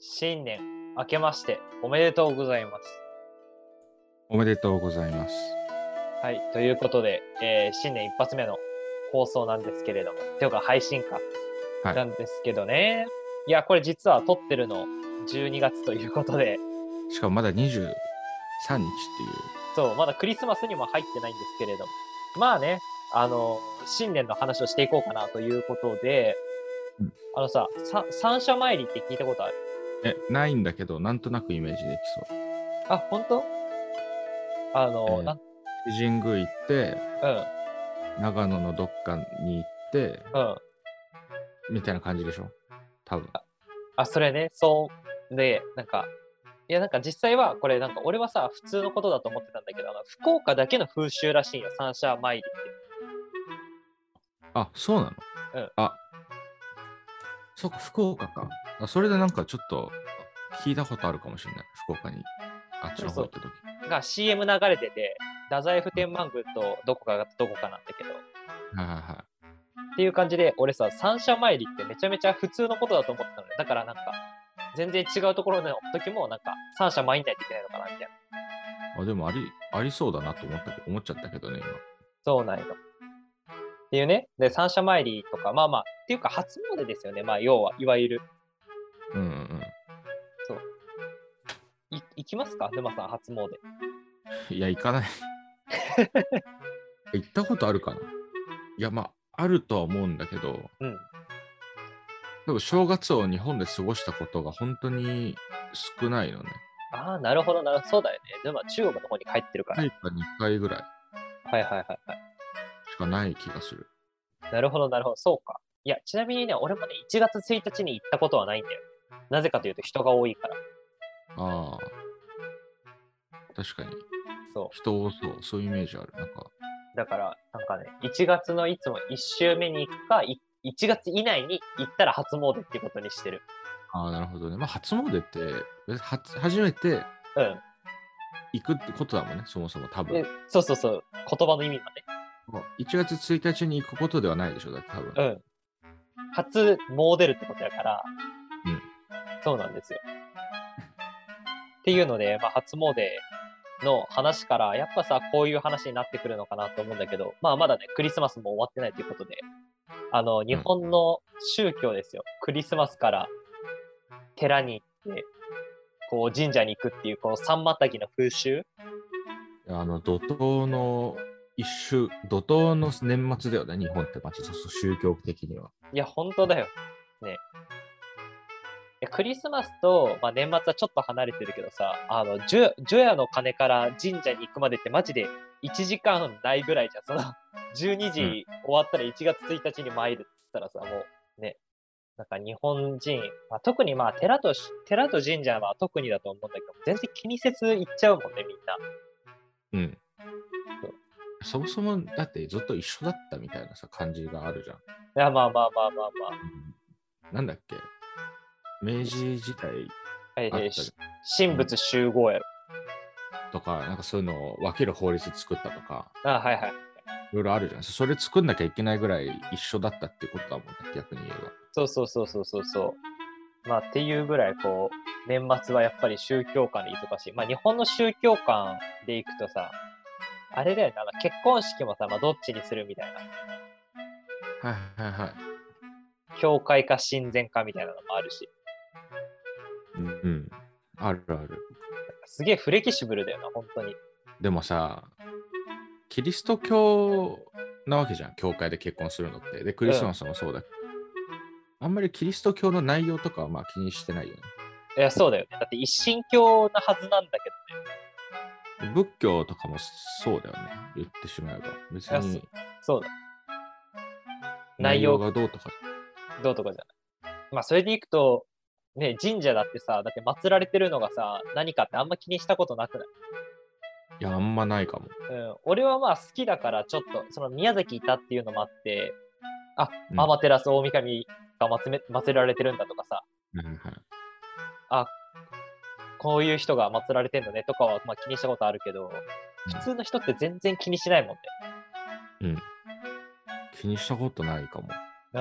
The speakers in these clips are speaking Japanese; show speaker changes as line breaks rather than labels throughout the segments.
新年明けましておめでとうございます。
おめでとうございます。
はい、ということで、えー新年一発目の放送なんですけれども、ていうか配信か、
はい
なんですけどね。いや、これ実は撮ってるの12月ということで、
しかもまだ23日っていう。
そう、まだクリスマスにも入ってないんですけれども、まあね、あの、新年の話をしていこうかなということで、
うん
あのさ、さ三社参りって聞いたことある
え、ないんだけど、なんとなくイメージできそう。
あ、本当あの、
えー
なん
神宮行って、長野のどっかに行って、
うん、うん。
みたいな感じでしょ多分。
あ、それね、そう。で、なんか、いや、なんか実際は、これ、なんか俺はさ、普通のことだと思ってたんだけど、あの福岡だけの風習らしいよ、三社参りっ
あ、そうなの
うん
あ、そっか、福岡か。あそれでなんかちょっと聞いたことあるかもしれない。福岡に。あっちの方行った時。
て。が、CM 流れてて、太宰府天満宮とどこかがどこかなんだけど、
はいはいはい。
っていう感じで、俺さ、三社参りってめちゃめちゃ普通のことだと思ってたので、だからなんか、全然違うところの時も、なんか、三社参んないといけないのかな、みたいな。
あ、でもあり、ありそうだなと思ったけど、思っちゃったけどね、
そうなんよ。っていうね、で、三社参りとか、まあまあ、っていうか、初詣ですよね、まあ、要は、いわゆる。
今。うんうんうん。
い行きますか沼さん、初詣。
いや、行かない。行ったことあるかないや、まあ、あるとは思うんだけど、
うん。
でも正月を日本で過ごしたことが本当に少ないのね。
ああ、なるほど、なるほど。そうだよね。沼、中国の方に帰ってるから。
何か2回ぐらい
はいはいはいは
しかない気がする。
い。なるほど、なるほど。そうか。いや、ちなみにね、俺もね、1月1日に行ったことはないんだよ。なぜかというと、人が多いから。
ああ。確かに。
そ
人多そう。そういうイメージある。なんか、
う。だから、なんかね、1月のいつも1週目に行くか、い1月以内に行ったら初詣ってことにしてる。
ああ、なるほどね。まあ、初詣って、別に初初めて
うん。
行くってことだもんね、そもそも多
で
分。
そうそうそう。言葉の意味がね。
もう1月1日に行くことではないでしょ、だって多分。
うん。初詣るってことやから、
うん
そうなんですよ。っていうので、まあ、初詣の話から、やっぱさ、こういう話になってくるのかなと思うんだけど、まあ、まだね、クリスマスも終わってないということで、あの、日本の宗教ですよ。クリスマスから寺に行って、こう神社に行くっていう、この三またぎの風習。
あの怒涛の一周、怒涛の年末だよね、日本ってまちそうそう宗教的には。
いや、本当だよ。ね。いやクリスマスと、まあ、年末はちょっと離れてるけどさ、あの、除夜除夜の鐘から神社に行くまでってマジで1時間ないぐらいじゃん。その、12時
う
終わったら1月1日に参るって言ったらさ、もうね、なんか日本人、まあ、特にまあ寺とし、寺と神社は特にだと思うんだけど、全然気にせず行っちゃうもんね、みんな。
うん。そもそもだってずっと一緒だったみたいなさ感じがあるじゃん。
いや、まあまあまあまあま
なんだっけ明治時代
あ。はい
あっ
はい、
たじ
神仏集合やろ。
とか、なんかそういうのを分ける法律作ったとか、
あ、はいはい。
いろいろあるじゃん。それ作んなきゃいけないぐらい一緒だったってことだもんね、逆に言えば。
そうそうそうそうそうそう。まあっていうぐらいこう年末はやっぱり宗教観で忙しい。まあ日本の宗教観でいくとさ、あれだよね、あの結婚式もさ、まあ、どっちにするみたいな。
はいはいはい。
教会か親善かみたいなのもあるし。
うん、うん。あるある。
すげえフレキシブルだよな、本当に。
でもさ、キリスト教なわけじゃん、教会で結婚するのって。で、クリスマスもそうだ、けどあんまりキリスト教の内容とかはまあ気にしてないよね。
いや、そうだよね。だって一神教なはずなんだけ
仏教とかもそうだよね、言ってしまえば。別
いや
に
ど、そうだ。内
内
容
容
が
がどうとか。
どうとかじゃない。まあそれでいくと、ね、神社だってさ、だって祀られてるのがさ、何かってあんま気にしたことなくない
いや、あんまないかも。
うん、俺はまあ好きだからちょっとその宮崎いたっていうのもあってあ
うん
天照大神が祀め祀られてるんだとかさ
はいはい
こういう人が祀られてんのねとかはまあ気にしたことあるけど
うん
普通の人って全然気にしないもんね、
気にしたことないかも。
うん、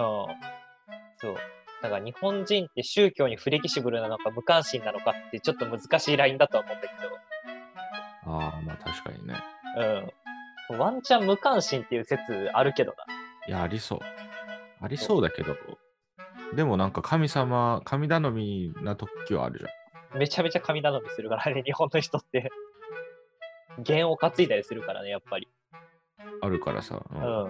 そうなんか日本人って宗教にフレキシブルなのか無関心なのかってちょっと難しいラインだとは思うんだけ
ああ、まあ確かにね。
ど、うん。ワンチャン無関心っていう説あるけど
いや、ありそう。ありそうだけど、でもなんか神様、神頼みな時はあるじ
な。めちゃめちゃ神頼みするからね、 日本の人って。弦を担いだりするからね、やっぱり。
ゃん。あるからさ。うん
うん。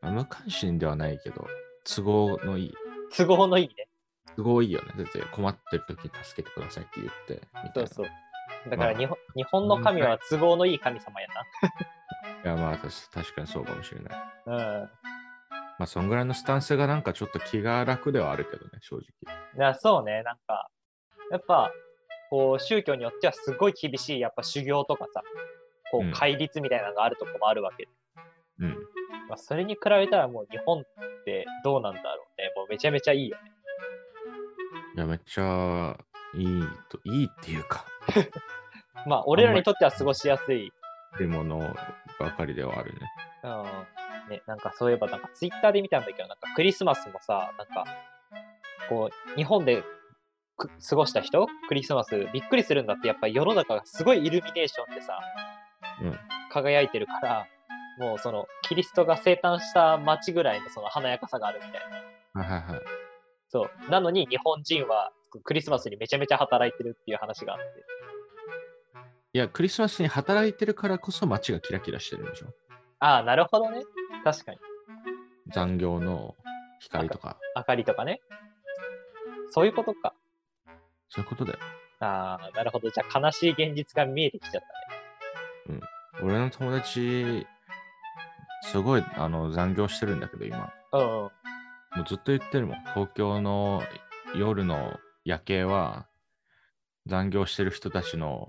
まあ無関心ではないけど、都合のいい。
都合のいいね。
都合いいよね。だって困ってる時に助けてくださいって言って。みたい
そう
な
そう。だから
まあ
日本,、日本の神は都合のいい神様や
いや、まあ確確かにそうかもしれない。
な。うん。
まあそんぐらいのスタンスがなんかちょっと気が楽ではあるけどね、正直。
いやそうね、なんか、やっぱ、こう、宗教によってはすごい厳しい、やっぱ修行とかさ、こ
うん
う、戒律みたいなのがあるとこもあるわけで、
うん。
まあ、それに比べたらもう日本ってどうなんだろうね。もうめちゃめちゃいいよね。
いや、めっちゃいいと、いいっていうか、
まあ、俺らにとっては過ごしやすい。
売り物ばかりではあるね。
うん。ね、なんかそういえば、なんかツイッターで見たんだけど、なんかクリスマスもさ、なんか、こう、日本でく過ごした人、クリスマス、びっくりするんだって、やっぱり世の中がすごいイルミネーションでさ、
うん
輝いてるから、もうその、キリストが生誕した街ぐらいのその華やかさがあるみたいな。
はいはいはい。
そう。なのに、日本人はクリスマスにめちゃめちゃ働いてるっていう話があって。
いや、クリスマスに働いてるからこそ街がキラキラしてるんでしょ。
ああ、なるほどね。確かに。
残業の光とか、
明かりとかね。そういうことか。
そういうことだよ。
ああ、なるほど。じゃあ悲しい現実が見えてきちゃったね。
俺の友達、すごいあの残業してるんだけど、今。
うんうん。
もうずっと言ってるもん。東京の夜の夜景は残業してる人たちの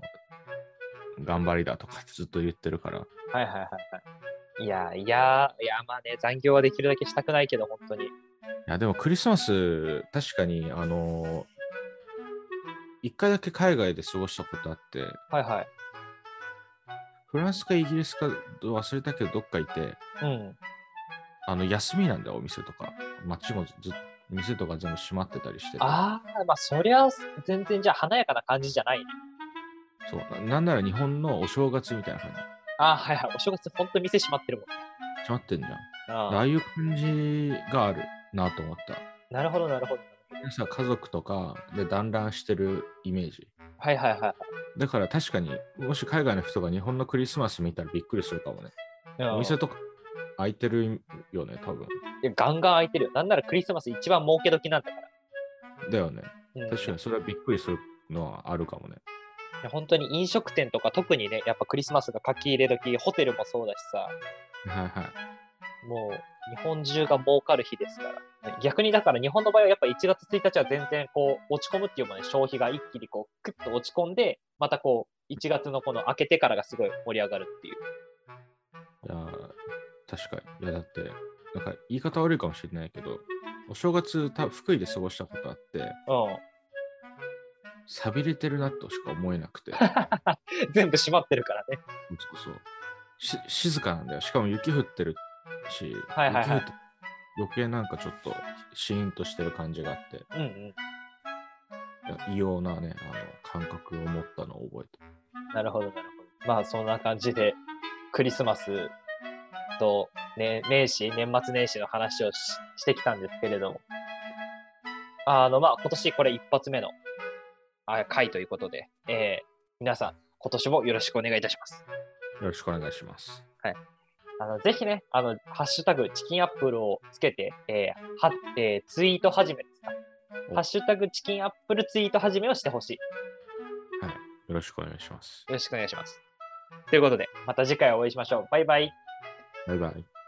頑張りだとかってずっと言ってるから。
はいはいはいはい。いや、いや、いや、まあね、残業はできるだけしたくないけど、本当に。
いやでもクリスマス確かにあの一回だけ海外で過ごしたことあって
はいはい。
フランスかイギリスか忘れたけどどっかいて
うん。
あの休みなんだよお店とか街もずっと店とか全部閉まってたりしてて
ああ、まあ、そりゃ、全然じゃあ華やかな感じじゃないね。
そうなんなら日本のお正月みたいな感じ
ああ、はいはい。お正月、本当店閉まってるもんね。
閉まってんじゃんあ
あ
あ
あ
いう感じがあるなと思った
なるほど、なるほど。
皆さん家族とかで団らんしてるイメージ
はいはいはいはい。
だから確かにもし海外の人が日本のクリスマス見たらびっくりするかもね
うん
お店とか開いてるよね、多分。
いやガンガン開いてるよ。なんならクリスマス一番儲け時なんだから。
だよね。
うん
確かにそれはびっくりするのはあるかもね。
いや本当に飲食店とか特にね、やっぱクリスマスが書き入れ時、ホテルもそうだしさ、
はいはい。
もう日本中が儲かる日ですから。逆にだから日本の場合はやっぱ1月1日は全然こう落ち込むっていうもね、消費が一気にこうクッと落ち込んで、またこう1月のこの明けてからがすごい盛り上がるっていう。
いやー、確かに。いや、だって、なんか言い方悪いかもしれないけど、お正月、た福井で過ごしたことあって、寂れてるなとしか思えなく て、
うん。全部閉まってるからね。
そうそうし静かなんだよ。しかも雪降ってるし、
はいはいはい
雪降って余計なんかちょっとシーンとしてる感じがあって
うんうん。
いや、異様なね、あの感覚を持ったのを覚えてる。
なるほど、なるほど。まあ、そんな感じで、クリスマスと、ね、年始、年末年始の話をししてきたんですけれども、あの、まあ、今年これ一発目のあ回ということで、えー皆さん、今年もよろしくお願いいたします。
よろしくお願いします。
あのぜひね、あの、ハッシュタグ、チキンアップルをつけて、えーはえーツイート始めですか。
お
ハッシュタグ、チキンアップルツイート始めをしてほしい。
よろしくお願いします。
よろしくお願いします。ということで、また次回お会いしましょう。バイバイ。
バイバイ。